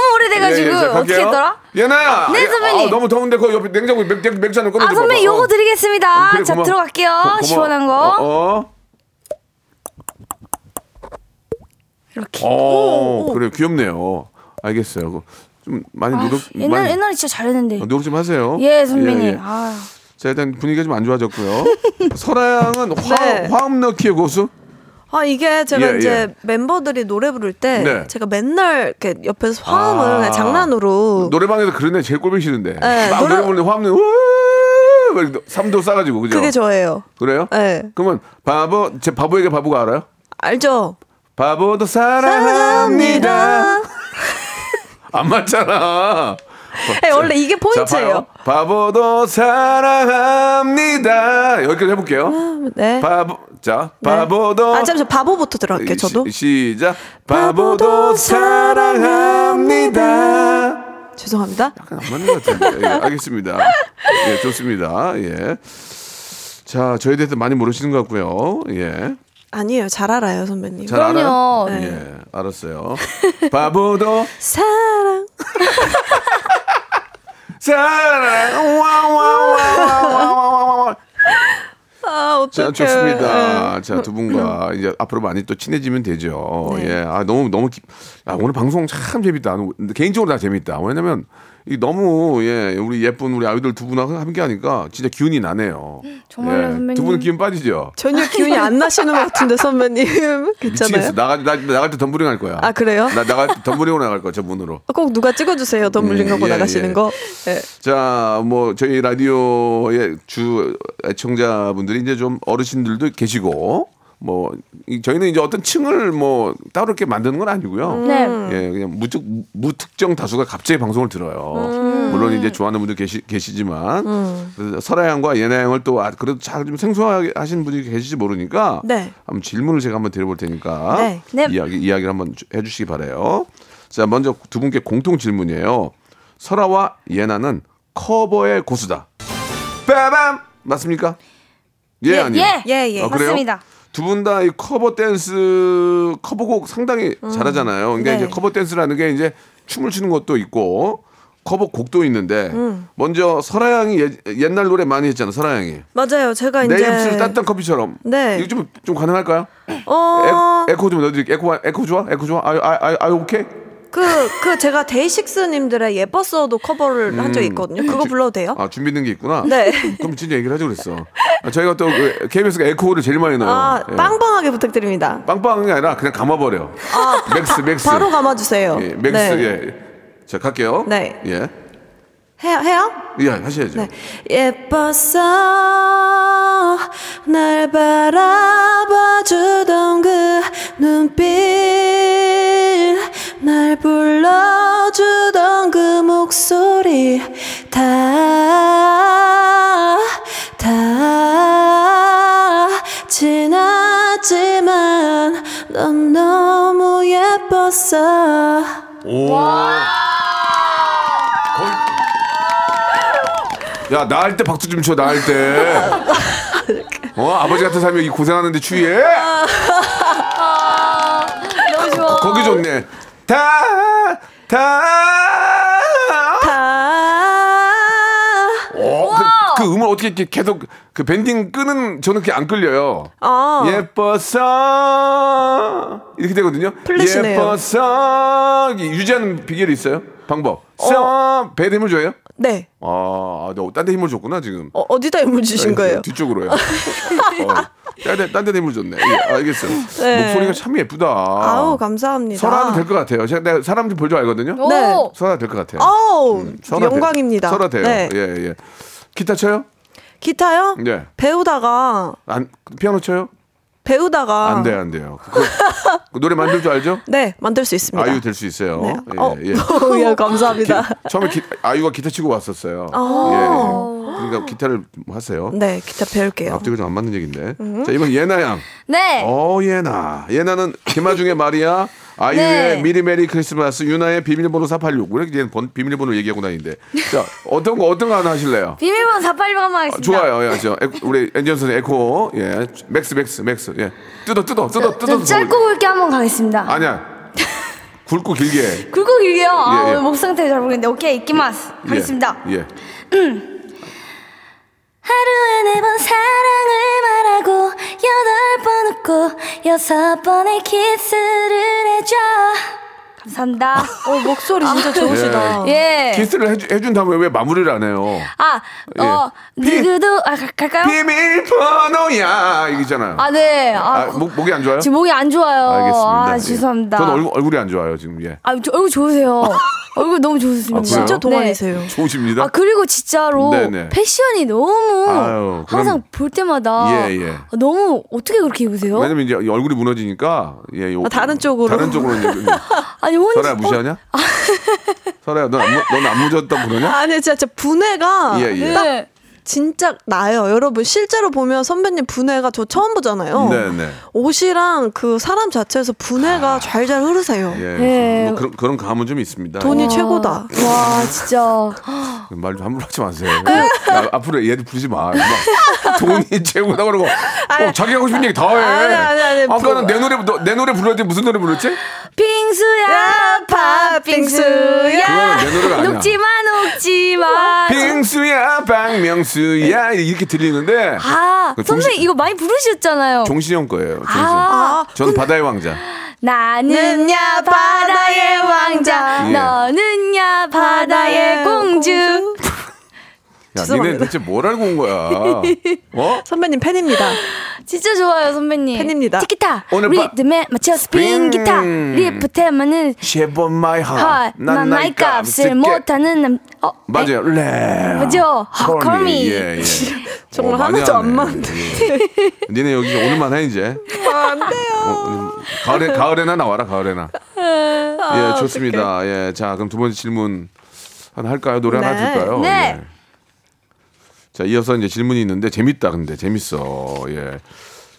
예,
오래돼가지고.
예, 자,
어떻게
갈게요.
했더라?
예나야.
네,
예,
선배님.
아, 너무 더운데 그 옆에 냉장고 맥, 맥, 맥주 한잔 꺼내줘.
아,
봐봐.
선배님, 요거
어.
드리겠습니다.
그래,
자,
고마워.
들어갈게요.
고- 고마워.
시원한 거.
어, 어.
이렇게.
어, 그래 귀엽네요. 알겠어요. 그거 좀 많이
아,
노력
옛날,
많이
옛날에 진짜 잘했는데.
어, 노력 좀 하세요.
예, 선배님.
예, 예.
아,
자 일단 분위기가 좀 안 좋아졌고요. (laughs)
(laughs)
설아양은 화,
네.
화음 넣기의 고수.
아 이게 제가
예,
이제
예.
멤버들이 노래 부를 때
네.
제가 맨날 이렇게 옆에서 화음을
아.
그냥 장난으로
노래방에서 그런 애 제일 꼴보기 싫은데.
어. 네,
막
노래-
노래 부르는데 화음 넣는 삼도 싸가지고 그죠?
그게 저예요.
그래요?
예.
그러면 바보 제 바보에게 바보가 알아요?
알죠?
바보도 사랑합니다. 안 맞잖아.
예, 원래 이게
자,
포인트예요.
봐요. 바보도 사랑합니다. 여기까지 해볼게요.
네.
바보 자
네.
바보도
아 잠시 만 바보부터 들어갈게요. 저도
시, 시작 바보도 사랑합니다.
죄송합니다.
약간 안 맞는 것 같은데. 예, 알겠습니다. 예, 좋습니다. 예. 자, 저에 대해서 많이 모르시는 것 같고요. 예.
아니에요. 잘 알아요, 선배님.
잘
그럼요. 네.
알아요? 예, 알았어요. 바보도
사랑.
사랑, 와, 와, 와, 와, 와, 와, 와, 와.
아 네.
자,
어떡해.
좋습니다. 자, 두 분과 이제 앞으로 많이 또 친해지면 되죠.
네.
예. 아, 너무, 너무, 기... 아, 오늘 방송 참 재밌다. 아, 개인적으로 다 재밌다. 왜냐면, 이 너무, 예, 우리 예쁜 우리 아이들 두 분하고 함께 하니까 진짜 기운이 나네요. 예.
정말요, 선배님?
두 분은 기운 빠지죠?
전혀 기운이 안 나시는 것 같은데 선배님 (laughs)
미치겠어.
괜찮아요?
나가, 나, 나갈 때 덤블링 할 거야.
아, 그래요?
나 나갈 때 덤블링으로 나갈 거야, 저 문으로.
아, 꼭 누가 찍어주세요. 덤블링
음,
하고
예,
나가시는
예.
거. 예.
자, 뭐 저희 라디오의 주 애청자분들이 이제 좀 어르신들도 계시고 뭐 이- 저희는 이제 어떤 층을 뭐 따로 이렇게 만드는 건 아니고요.
네.
음.
예, 그냥 무적, 무특정 다수가 갑자기 방송을 들어요.
음.
물론 이제 좋아하는 분들 계시, 계시지만 그래서 설아양과 예나양을 또 아, 그래도 잘 좀 생소하게 하시는 분이 계시지 모르니까
네.
한번 질문을 제가 한번 드려볼 테니까
네.
네.
이야기 이야기를 한번 주- 해주시기 바래요. 자, 먼저 두 분께 공통 질문이에요. 설아와 예나는 커버의 고수다. 빠밤 맞습니까? 예,
예,
아니에요.
예.
예, 예.
아, 그래요?
맞습니다.
두 분 다 이 커버 댄스 커버곡 상당히 잘하잖아요. 그러니까
음. 네.
이제 커버 댄스라는 게 이제 춤을 추는 것도 있고 커버 곡도 있는데
음.
먼저 설아 양이 예- 옛날 노래 많이 했잖아. 설아 양이
맞아요. 제가 이제
내 입술 따뜻한 커피처럼.
네.
이거 좀좀 가능할까요?
어,
에, 에코 좀 넣어드릴게. 에코 에코 좋아? 에코 좋아? 아유 아유 아유 오케이.
그, 그 제가 데이식스님들의 예뻤어도 커버를 한
음.
적이 있거든요. 그거 불러도 돼요?
아 준비된 게 있구나.
네.
그럼 진짜 얘기를 하자 그랬어. 아, 저희가 또 그, KBS가 에코를 제일 많이 넣어요.
아,
예.
빵빵하게 부탁드립니다.
빵빵한 게 아니라 그냥 감아버려. 맥스 맥스.
바로
어?
감아주세요.
예, 맥스
네.
예. 자 갈게요.
네.
예.
해요? 해요?
예 하셔야죠.
네. 예뻤어 날 바라봐주던 그 눈빛 날 불러주던 그 목소리 다 다 지났지만 넌 너무 예뻤어
오. 거의- 야, 나 할 때 박수 좀 쳐, 나 할
(laughs)
때. 어, 아버지 같은 사람이 여기 고생하는데 추위에?
아. 너무 좋아.
어, 거기 좋네. 다, 다.
다
오, 그, 그 음을 어떻게 이렇게 계속 그 밴딩 끄는 저는 그게 안 끌려요.
아.
예. 예뻐서 이렇게 되거든요.
플래시네요.
예뻐서 이게 유지하는 비결이 있어요? 방법. 써 배에 힘을 줘요?
네.
아, 딴데 힘을 줬구나 지금. 네,
어, 어디다 힘을 주신 거예요?
뒤쪽으로요. 어, 딴데 딴데 힘을 줬네. 예, 알겠어.
네.
목소리가 참 예쁘다.
아우 감사합니다.
설화는 될 것 같아요. 제가 내가 사람 좀 볼 줄 알거든요.
오.
네.
설화 될 것 같아요. 음,
아우
설화 돼-
영광입니다.
설화 돼요.
네.
예 예. 기타 쳐요?
기타요?
네.
배우다가
안 피아노 쳐요?
배우다가
안 돼요, 안 돼요. 그거- 그 노래 만들 줄 알죠?
네 만들 수 있습니다.
아유 될 수 있어요.
네.
예,
어,
(laughs)
예.
(laughs) 예, 감사합니다. 아.
기- 처음에 기- 아유가 기타 치고 왔었어요. 예. 아, 그러니까 기타를 좀 하세요.
네 기타 배울게요.
앞뒤가 좀 안 맞는 얘기인데. 자 이번 예나 양.
음. 네.
어 예나. 예나는 김아중의 마리아, 아이유의
네.
미리 메리 크리스마스, 유나의 비밀번호 486. 왜 이렇게 얘는 번- 비밀번호 얘기하고 다니는데.
(laughs)
자 어떤 거 어떤 거 하나 하실래요?
비밀번호 486
아,
한번 하겠습니다.
좋아요, 예, 저 에- 우리 엔지언 선생 에코, 예, 맥스, 맥스, 맥스, 예, 뜯어, 뜯어, 뜯어, 뜯어,
좀 짧고 굵게 한번 가겠습니다.
아니야, 굵고 길게, 해.
(laughs) 굵고 길게요. 아,
예, 예.
오늘 목 상태 잘 모르겠는데 오케이 이끼마스
예,
가겠습니다.
예,
하루에 네 번 사랑을 말하고 여덟 번 웃고 여섯 번의 키스를 해줘. 감사합니다.
어 목소리 진짜 좋으시다.
예.
키스를 해주, 해준 다음에 왜 마무리를 안 해요?
아, 어,
예.
누구도 아 가- 갈까요?
비밀번호야 이기잖아요.
아, 네. 아,
아, 목, 목이 안 좋아요?
지금 목이 안 좋아요.
알겠습니다.
아,
예.
죄송합니다.
저는 얼굴, 얼굴이 안 좋아요 지금. 예.
아, 저 얼굴
(laughs)
좋으세요. 얼굴 너무 좋으십니다.
아, 그래요?
진짜
네.
동안이세요.
좋으십니다.
아 그리고 진짜로
네네.
패션이 너무
아유, 그럼-
항상 볼 때마다
예, 예.
아, 너무 어떻게 그렇게 입으세요?
왜냐면 이제 이 얼굴이 무너지니까 예, 요-
아, 다른 쪽으로.
다른 쪽으로 이제-
(laughs) 아니 혼자
설아야 무시하냐? (laughs) 설아야 넌안넌안 무졌다고 그러냐?
아니 진짜 진짜 분해가
네. 예, 예.
어,
딱
네.
진짜 나요. 여러분 실제로 보면 선배님 분해가 저 처음 보잖아요.
네, 네.
옷이랑 그 사람 자체에서 분해가 잘잘 흐르세요.
예,
예.
뭐 그런 그런 감은 좀 있습니다.
돈이
예.
최고다.
아, 와 진짜 (gasps)
그 말 좀 함부로 하지 마세요. 야, 앞으로 얘도 부르지 마. 막 돈이 (laughs) 최고다 그러고 어, 자기 하고 싶은 얘기 다 해.
아니, 아니, 아니.
까는내 노래 너, 내 노래 불렀지 무슨 노래 불렀지?
빙수야
그거는
팥빙수야
내 노래가 아니야.
녹지마 녹지마
빙수야 박명수야 이렇게 들리는데
아
그 종신-
선생님 이거 많이 부르셨잖아요
어.
종신형 거예요. 종신.
아,
저는 바다의 왕자.
나는야 바다의 왕자
예.
너는야
네,
바다의 아, 공주
야, 니네
(laughs) 죄송합니다.
대체 뭘 알고 온
(laughs)
거야? 어?
선배님 팬입니다.
진짜 좋아요 선배님
팬입니다.
티키타
오늘 밤-
리듬에 맞춰
스핀.
스핀 기타 리프트에 맞는
제법 마이 하.
헐, 난 나이 값을 못하는 남... 어, 네.
맞아요. 래.
맞아요. 아, call me.
예, 예.
(laughs) 정말
어, 많이
하나도 안
하네.
맞네.
예, 예. 니네 여기 오늘만 해 이제.
안 돼요.
어, 음, 가을에 가을에나 나와라 가을에나.
아,
예, 좋습니다. 예, 자 그럼 두 번째 질문 하나 할까요? 노래 하나
네.
들까요?
네.
예. 자 이어서 이제 질문이 있는데 재밌다 근데 재밌어. 예.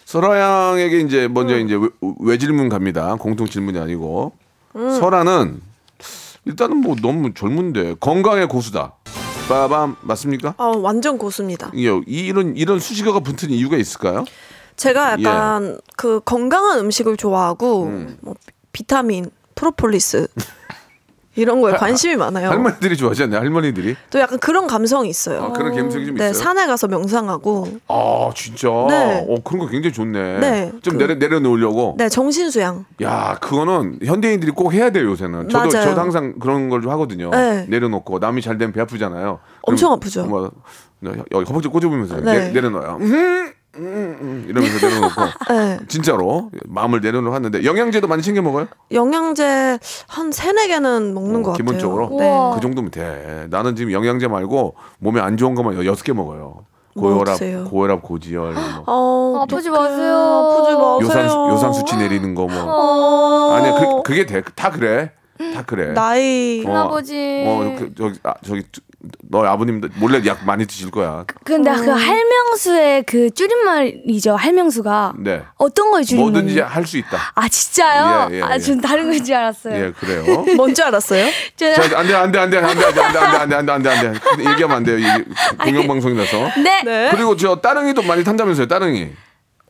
설아 양에게 이제 먼저
음.
이제 외, 외 질문 갑니다. 공통 질문이 아니고
음.
설아는 일단은 뭐 너무 젊은데 건강의 고수다. 빠밤 맞습니까? 예,
아, 완전 고수입니다.
이게 이런 이런 수식어가 붙은 이유가 있을까요?
제가
예.
약간 그
음.
건강한 음식을 좋아하고 뭐 비타민, 프로폴리스 이런 거에 관심이 많아요.
할머니들이 좋아하지 않나요? 할머니들이?
또 약간 그런 감성이 있어요.
아, 그런 감성이 좀
네,
있어요?
산에 가서 명상하고
아 진짜.
네.
어 그런 거 굉장히 좋네.
네,
좀
그-
내려 내려놓으려고.
네, 정신 수양.
야 그거는 현대인들이 꼭 해야 돼요 요새는. 저도
맞아요.
저도 항상 그런 걸 좀 하거든요.
네.
내려놓고 남이 잘 되면 배 아프잖아요.
엄청
그럼
아프죠.
뭐, 네, 여기 허벅지 꼬집으면서
네.
내, 내려놔요. 음, 음, 음, 이러면서
(laughs)
내려놓고
네.
진짜로 마음을 내려놓고 하는데 영양제도 많이 챙겨 먹어요?
영양제 한 세네 개는 먹는
어,
것 같아요. 네.
기본적으로?
어.
우와.
그 정도면 돼. 나는 지금 영양제 말고 몸에 안 좋은 것만 여- 여섯 개 먹어요.
뭐
고혈압,
드세요?
고혈압, 고지혈, 뭐
어,
아프지
어떡해.
마세요.
아프지 마세요.
요산 요산 수치 내리는 거 뭐.
어.
아니야, 그, 그게 돼. 다 그래. 다 그래.
나이
어,
할아버지.
어, 그, 저기 아, 저기 너 아버님 몰래 약 많이 드실 거야.
근데 그 할명수의 그 줄임말이죠. 할명수가
네.
어떤 걸
뭐든지
줄임말이에요?
할 수 있다.
아 진짜요?
예, 예, 예.
아 전 다른 건 줄 알았어요.
네.
예, 그래요.
뭔지 알았어요?
네.
저는
자, 안돼 안돼 안돼 안돼 안돼 안돼 안돼 안돼 안돼 안돼 얘기하면 안 돼요. 이게 공영방송이라서.
네.
네.
그리고 저 따릉이도 많이 탄다면서요, 따릉이.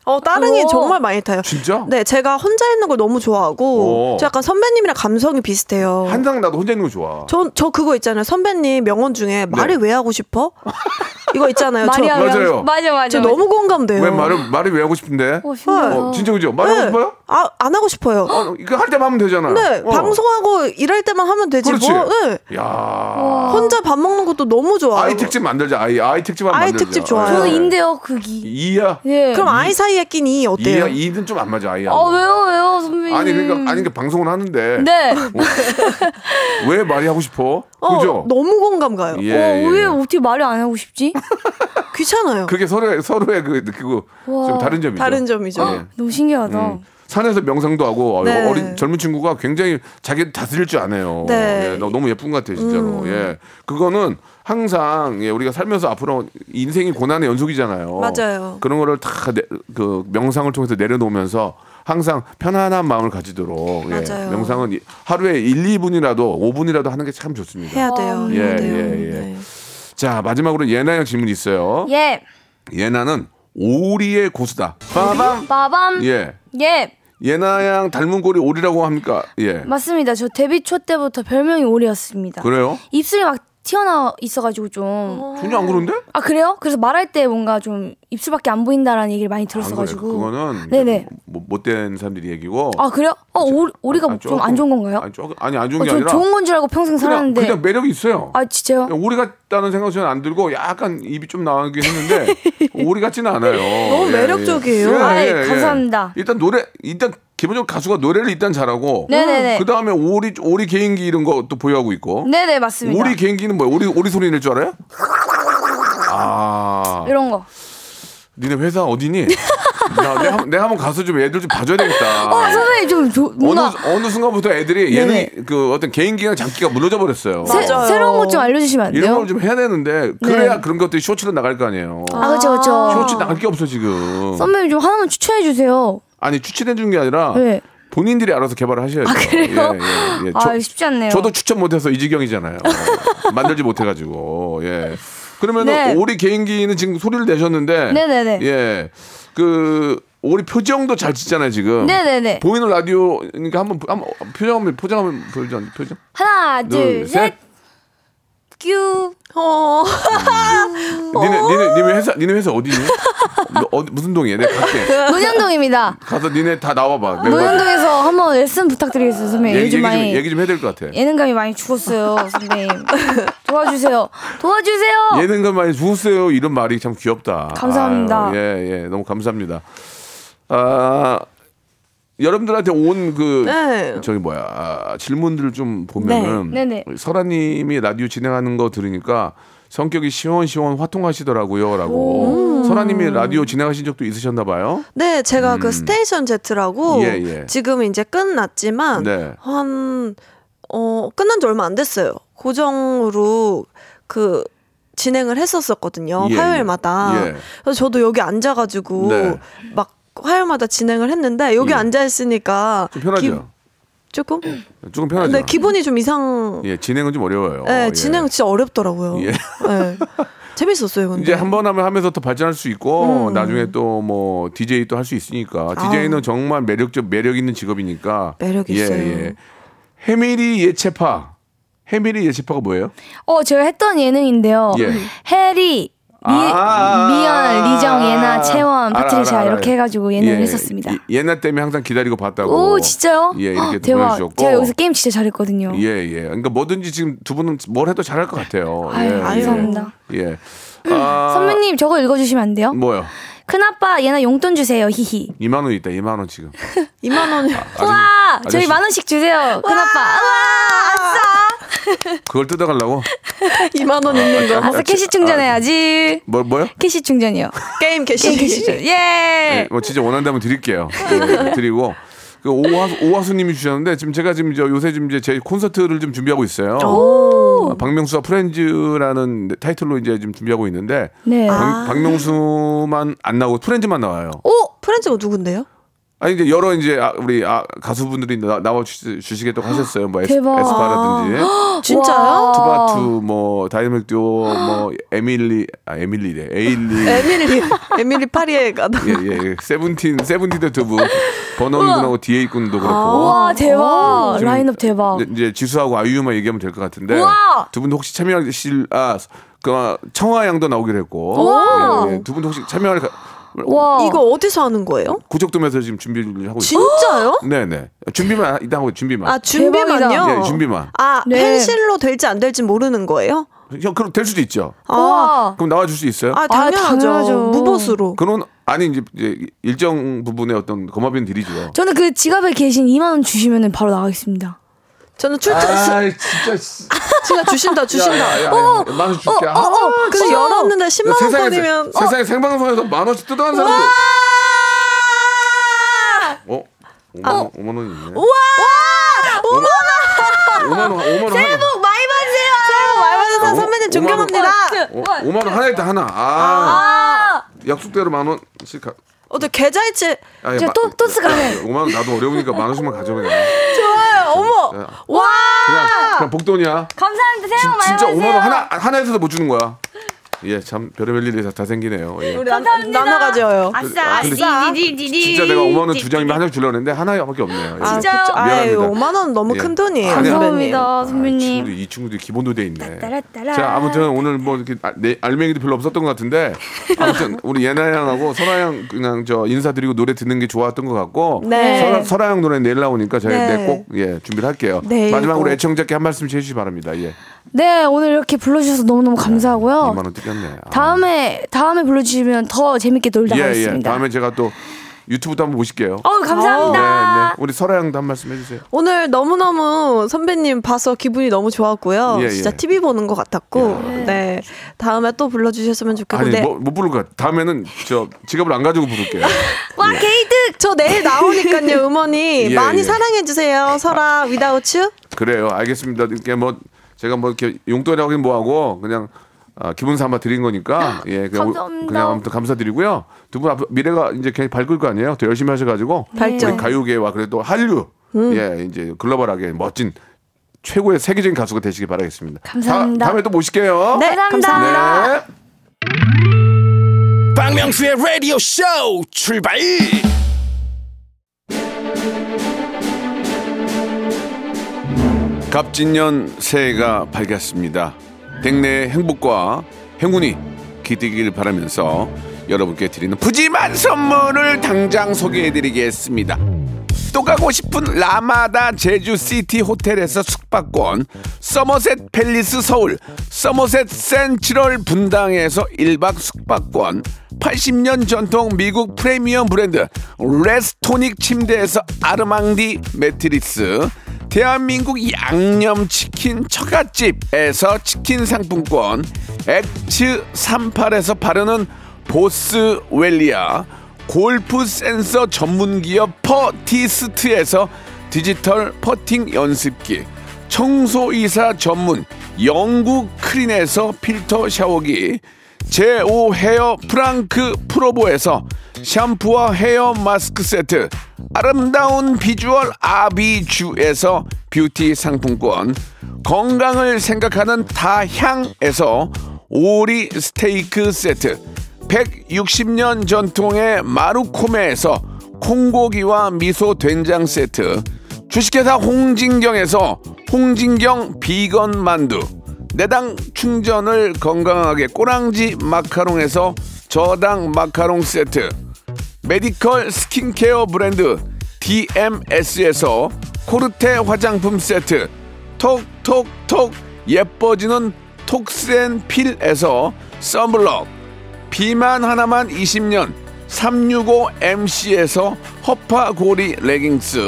어, 따릉이
오.
정말 많이 타요.
진짜?
네, 제가 혼자 있는 걸 너무 좋아하고
오.
저 약간 선배님이랑 감성이 비슷해요.
한상 나도 혼자 있는 거 좋아.
전, 저 그거 있잖아요. 선배님 명언
네.
중에 말이 왜
(laughs)
하고 싶어? 이거 있잖아요. 저,
말이 안
맞아요.
나오죠. 맞아 맞아.
저 너무 공감돼요.
왜 말을 말이 왜 하고 싶은데?
어, 신기하다.
어, 진짜 그죠? 말하고
네.
싶어요?
아, 안 하고 싶어요.
어, 이거 할 때만 하면 되잖아.
네,
어.
방송하고 일할 때만 하면 되지
그렇지.
뭐. 네.
야.
혼자 밥 먹는 것도 너무 좋아요.
아이 특집 만들자. 아이 아이 특집만
아이
만들자.
특집 좋아요.
저는
예.
어, 인데요 그기.
이야.
예.
그럼 아이 사이에 낀이
이야
어때요?
이는 좀 안 맞아. 아이야.
아 왜요 네. 왜요 선배님.
아니 그러니까 아니 그 방송을 하는데
네.
왜 말이 하고 싶어?
어,
그죠?
너무 공감 가요. 어,
예,
어, 왜
예.
어떻게 말을 안 하고 싶지?
귀찮아요.
그게 서로의 서로의 그 느끼고
와.
좀 다른 점이죠.
다른 점이죠.
예.
어, 너무 신기하다.
음. 산에서 명상도 하고 어,
네.
어린 젊은 친구가 굉장히 자기 다스릴 줄 아네요.
네. 음.
예, 너- 너무 예쁜 것 같아요, 진짜로. 예, 그거는 항상 예, 우리가 살면서 앞으로 인생이 고난의 연속이잖아요.
맞아요.
그런 거를 다 그 명상을 통해서 내려놓으면서 항상 편안한 마음을 가지도록 예,
맞아요.
명상은 이- 하루에 1, 2분이라도 5분이라도 하는 게 참 좋습니다.
해야 돼요.
예,
해야 돼요.
예, 예.
네.
자 마지막으로 예나 형 질문 있어요.
예.
예나는 오리의 고수다. 빠밤.
빠밤.
예.
예.
예나 양 닮은 꼴이 오리라고 합니까? 예.
맞습니다. 저 데뷔 초 때부터 별명이 오리였습니다.
그래요?
입술이 막 튀어나와 있어가지고 좀.
전혀 안 그런데?
아 그래요? 그래서 말할 때 뭔가 좀 입술밖에 안 보인다라는 얘기를 많이
안 그래.
들었어가지고.
그거는
네네.
뭐, 못된 사람들이 얘기고.
아 그래요? 어 오리, 오리가
아,
좀
조금-
안 좋은 건가요?
아니, 조금- 아니, 안 좋은
어,
게
저
아니라
좋은 건 줄 알고
그냥,
평생
음,
살았는데.
그냥 매력이 있어요.
아 진짜요?
그냥 오리 같다는 생각은 전혀 안 들고 약간 입이 좀 나오긴
(laughs)
했는데 오리 같지는 않아요. 예, 너무
매력적이에요.
아이, 감사합니다.
예. 일단 노래 일단 기본적으로 가수가 노래를 일단 잘하고
네네네.
그 다음에 오리 오리 개인기 이런 것도 보유하고 있고
네네 맞습니다.
오리 개인기는 뭐야? 오리 오리 소리 낼 줄
(laughs)
알아요? 아,
이런 거.
니네 회사 어디니? 나, 내가, 한- 내가 한번 가서 좀 애들 좀 봐줘야 되겠다.
아 선배님 좀 조,
어느
뭔가
어느 순간부터 애들이 얘는 그 어떤 개인기랑 장기가 무너져 버렸어요.
새,
맞아요.
새로운 것 좀 알려주시면 안
이런
돼요? 네.
걸 좀 해야 되는데 그래야 그런 것들이 쇼츠로 나갈 거 아니에요.
아 그렇죠
쇼츠
그렇죠.
나갈 게 없어 지금.
선배님 좀 하나만 추천해 주세요.
아니 추천해 주는 게 아니라
네.
본인들이 알아서 개발을 하셔야 돼요.
그래요?
예, 예, 예.
아 쉽지 않네요.
저도 추천 못해서
(laughs)
이지경이잖아요. 만들지 못해가지고 예. 그러면
네.
은 오리 개인기는 지금 소리를 내셨는데
네네네.
예. 그 오리 표정도 잘 짓잖아요 지금.
네네네.
보이는 라디오니까 그러니까 한번 한번 표정 한번 포장 한번 보여줘 표정.
하나
둘, 셋.
둘셋 큐.
어, (laughs)
뭐?
니네 니네 니네 회사 니네 회사 어디니? 너 어디 무슨 동이야? 내가 갈게.
논현동입니다.
가서 (laughs) 니네 다 나와봐. 멤버들.
노현동에서 한번 레슨 부탁드리겠습니다 선배님
얘기,
요즘
얘기 좀
많이
얘기 좀 해야 될 것 같아.
예능감이
(laughs)
많이 죽었어요 선배님 (laughs) 도와주세요 도와주세요
예능감 많이 주었어요. 이런 말이 참 귀엽다.
어. 감사합니다.
아유, 예, 예. 너무 감사합니다. 아, 여러분들한테 온 그
네.
저기 뭐야 아, 질문들을 좀 보면은
네. 네네.
설아님이 라디오 진행하는 거 들으니까 성격이 시원시원 화통하시더라고요라고 설아님이 라디오 진행하신 적도 있으셨나 봐요.
네, 제가 그 스테이션 제트라고
음. 예, 예.
지금 이제 끝났지만
네.
한 어, 끝난 지 얼마 안 됐어요. 고정으로 그 진행을 했었었거든요.
예,
화요일마다.
예.
그래서 저도 여기 앉아 가지고
네.
막 화요일마다 진행을 했는데 여기
예.
앉아 있으니까
좀 편하죠.
조금
조금 편하죠.
근데 기분이 좀 이상
예, 진행은 좀 어려워요.
네,
예.
진행 진짜 어렵더라고요.
예.
네. 재밌었어요, 근데.
이제 한 번 하면 하면서 더 발전할 수 있고
음.
나중에 또 뭐 DJ 도 할 수 있으니까 DJ는 정말 매력적 매력 있는 직업이니까
매력 있어요.
해밀이 예체파 해밀이 예시파가 뭐예요?
어, 제가 했던 예능인데요.
예.
해리, 미,
아,
미연, 리정, 예나, 채원,
알아,
파트리샤
알아, 알아.
이렇게 해가지고 예능을 했었습니다.
예, 예나 때문에 항상 기다리고 봤다고.
오, 진짜요?
예, 이렇게
헉, 대박.
보내주셨고.
제가 여기서 게임 진짜 잘했거든요.
예, 예. 그러니까 뭐든지 지금 두 분은 뭘 해도 잘할 것 같아요.
아유,
예,
감사합니다.
예. 예. 아,
(laughs) 선배님 저거 읽어주시면 안 돼요?
뭐요?
큰아빠 얘나 용돈 주세요. 히히.
2만 원 있다. 2만 원 지금.
2만 원.
아.
우와 저희
아저씨.
만 원씩 주세요. 큰아빠. 우와
그걸 뜯어가려고?
2만 원 있는 거.
음, 아싸 캐시 충전해야지.
뭐 뭐요?
캐시
(laughs)
충전이요.
아.
게임
게임 개시.
캐시 충전. 예.
예, 뭐 진짜 원한다면 드릴게요. 예, 드리고 그 오화수, 오화수님이 주셨는데 지금 제가 지금 저 요새 지금 이제 제 콘서트를 좀 준비하고 있어요. 아, 박명수와 프렌즈라는 타이틀로 이제 지금 준비하고 있는데
네.
박, 박명수만 안 나오고 프렌즈만 나와요.
오 어? 프렌즈가 누군데요?
아니 이제 여러 이제 아, 우리 아, 가수분들이 나, 나와 주시, 주시겠다고 하셨어요. 뭐 에스,
대박. 아.
에스파라든지
진짜요?
투바투 뭐 다이나믹 듀오 뭐 에밀리 아 에밀리래 에일리
네.
에밀리 에밀리 파리에가 나.
예, 예, 예. 세븐틴, 세븐틴도 두 분. 버논이 군하고 디에이 군도 그렇고.
아,
어?
우와 대박.
지금
어,
네,
라인업 대박.
이제- 이제 지수하고 아이유만 얘기하면 될 것 같은데.
우와!
두 분도 혹시 참여하실, 아, 그, 아, 청아양도 나오기로 했고.
우와!
예, 예. 두 분도 혹시 참여할, 가-
와
이거 어디서 하는 거예요?
구적도면서 지금 준비를 하고 있어요.
진짜요?
네네. 준비만, 이따 하고 준비만.
아 준비만요.
예, 준비만.
아
네.
현실로 될지 안 될지 모르는 거예요?
형, 그럼 될 수도 있죠.
아,
우와.
그럼 나와줄 수 있어요?
아 당연하죠.
당연하죠.
무보수로.
그건, 아니, 이제, 이제 일정 부분의 어떤 거마빈 딜이죠.
저는 그 지갑에 계신 2만 원 주시면은 바로 나가겠습니다.
저는 아, 출퇴근
아이, 진짜. 씨.
진짜 주신다 주신다.
아, 야, 야, 야, 야. 만원 줄게. 아,
근데 열었는데 어, 10만
세상에,
원권이면 어,
세상에 생방송에서 만 원씩 뜯어간 사람도 어? 5만, 원 5만 원 있네. 우와! 5만 원! 5만 원, 5만 원 하나.
많이 받으세요.
말받아서 선배님
오만
존경합니다.
그,
어, 5만 원 하나 있다 하나. 아. 약속대로 만 원씩 가.
어때 계좌이체
아, 야,
저
마-
또- 또 쓰가네.
야, 5만 원 나도 어려우니까 만 원씩만 가져 그냥.
좋아요. 어머.
야,
와.
네. 그냥
아.
그냥 복돈이야.
감사합니다. 새해 복 많이
진짜
받으세요.
5만 원 하나 하나에서도 못 주는 거야. 예, 참 별의별 일이 다, 다 생기네요. 예.
우리 나- 나눠 가져요.
아, 근데 진짜 내가 5만 원 두 장이면 한 장 주려고 했는데 하나밖에 없네요. 예.
아,
진짜요?
그쵸. 아이,
미안합니다.
5만 원 너무
예.
큰 돈이에요.
아니야.
선배님.
감사합니다
이
선배님.
친구들 이 친구들 기본도 돼 있네.
따따라따라.
자 아무튼 오늘 뭐 이렇게 아, 네, 알맹이도 별로 없었던 것 같은데 아무튼 우리 예나 양하고 설아 양 그냥 저 인사드리고 노래 듣는 게 좋았던 것 같고
네.
설아, 설아 양 노래 내일 나오니까 저희
네.
내꼭예 준비를 할게요.
네,
마지막으로
꼭.
애청자께 한 말씀 해주시기 바랍니다. 예.
네 오늘 이렇게 불러주셔서 너무너무 감사하고요.
2만 원 뜯겼네. 아.
어, 다음에 다음에 불러주시면 더 재밌게 놀다
예, 예.
가겠습니다.
다음에 제가 또 유튜브도 한번 보실게요.
어우 감사합니다.
네, 네. 우리 설아 양도 한 말씀 해주세요.
오늘 너무너무 선배님 봐서 기분이 너무 좋았고요.
예, 예.
진짜 TV 보는 것 같았고. 네. 다음에 또 불러 주셨으면 좋겠고.
아니
네.
뭐, 못 부를 것 같아. 다음에는 저 지갑을 안 가지고
(laughs)
부를게요.
와 게이드
저 내일 나오니까요,
(laughs)
음원이.
예,
많이
예.
사랑해 주세요. 설아 without you.
그래요. 알겠습니다. 이렇게 뭐 제가 뭐 이렇게 용돈이라고 하긴 뭐하고 그냥 아, 기분 삼아 드린 거니까 예 그냥, 오-
감사합니다.
그냥 아무튼 감사드리고요. 두 분 앞으로 미래가 이제 굉장히 밝을 거 아니에요. 더 열심히 하셔가지고
밝죠.
우리 가요계와 그래도 한류
음.
예 이제 글로벌하게 멋진 최고의 세계적인 가수가 되시길 바라겠습니다.
감사합니다.
다, 음에또 모실게요.
네,
네.
감사합니다.
박명수의 라디오 쇼 출발
갑진년 새해가 밝았습니다. 댁내의 행복과 행운이 기대길 바라면서 여러분께 드리는 푸짐한 선물을 당장 소개해드리겠습니다. 또 가고 싶은 라마다 제주시티 호텔에서 숙박권 서머셋 팰리스 서울 서머셋 센트럴 분당에서 1박 숙박권 80년 전통 미국 프리미엄 브랜드 레스토닉 침대에서 아르망디 매트리스 대한민국 양념치킨 처갓집에서 치킨 상품권 엑츠 38에서 바르는 보스웰리아 골프 센서 전문 기업 퍼티스트에서 디지털 퍼팅 연습기, 청소이사 전문 영국 크린에서 필터 샤워기, 제오 헤어 프랑크 프로보에서 샴푸와 헤어 마스크 세트, 아름다운 비주얼 아비주에서 뷰티 상품권, 건강을 생각하는 다향에서 오리 스테이크 세트, 160년 전통의 마루코메에서 콩고기와 미소 된장 세트 주식회사 홍진경에서 홍진경 비건 만두 내당 충전을 건강하게 꼬랑지 마카롱에서 저당 마카롱 세트 메디컬 스킨케어 브랜드 DMS에서 코르테 화장품 세트 톡톡톡 예뻐지는 톡센필에서 썬블럭 비만 하나만 20년 365MC에서 허파고리 레깅스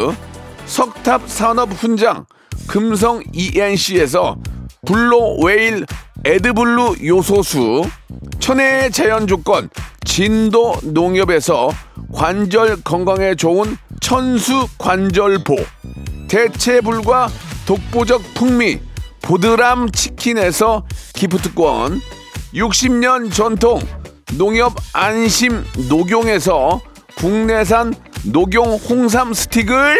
석탑 산업 훈장 금성 ENC에서 블로 웨일 에드블루 요소수 천혜의 자연 조건 진도 농협에서 관절 건강에 좋은 천수 관절보 대체불과 독보적 풍미 보드람 치킨에서 기프트권 60년 전통 농협 안심 녹용에서 국내산 녹용 홍삼 스틱을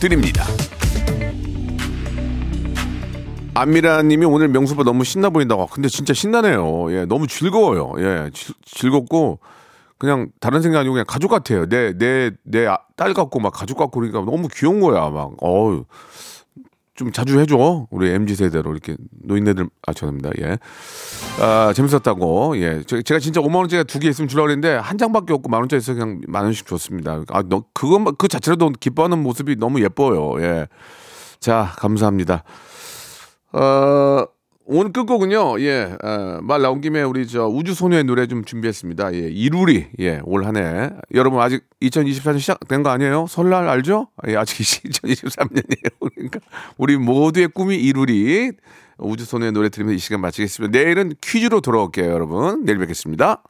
드립니다. 안미라님이 오늘 명수빠 너무 신나 보인다고. 근데 진짜 신나네요. 예, 너무 즐거워요. 예, 즐- 즐겁고 그냥 다른 생각 아니고 그냥 가족 같아요. 내 내 내 딸 같고 막 가족 같고 그러니까 너무 귀여운 거야. 막 어우 좀 자주 해줘 우리 mz 세대로 이렇게 노인네들 아 죄송합니다. 예, 아 재밌었다고 예, 저- 제가 진짜 5만 원짜리 두 개 있으면 주려고 했는데 한 장밖에 없고 만 원짜리 있어 그냥 만 원씩 줬습니다. 아너 그것만 그 자체로도 기뻐하는 모습이 너무 예뻐요. 예, 자 감사합니다. 어, 오늘 끝곡은요, 예, 어, 말 나온 김에 우리 저 우주소녀의 노래 좀 준비했습니다. 예, 이루리, 예, 올 한 해. 여러분 아직 2024년 시작된 거 아니에요? 설날 알죠? 예, 아직 2023년이에요. (laughs) 그러니까 우리 모두의 꿈이 이루리. 우주소녀의 노래 들으면서 이 시간 마치겠습니다. 내일은 퀴즈로 돌아올게요, 여러분. 내일 뵙겠습니다.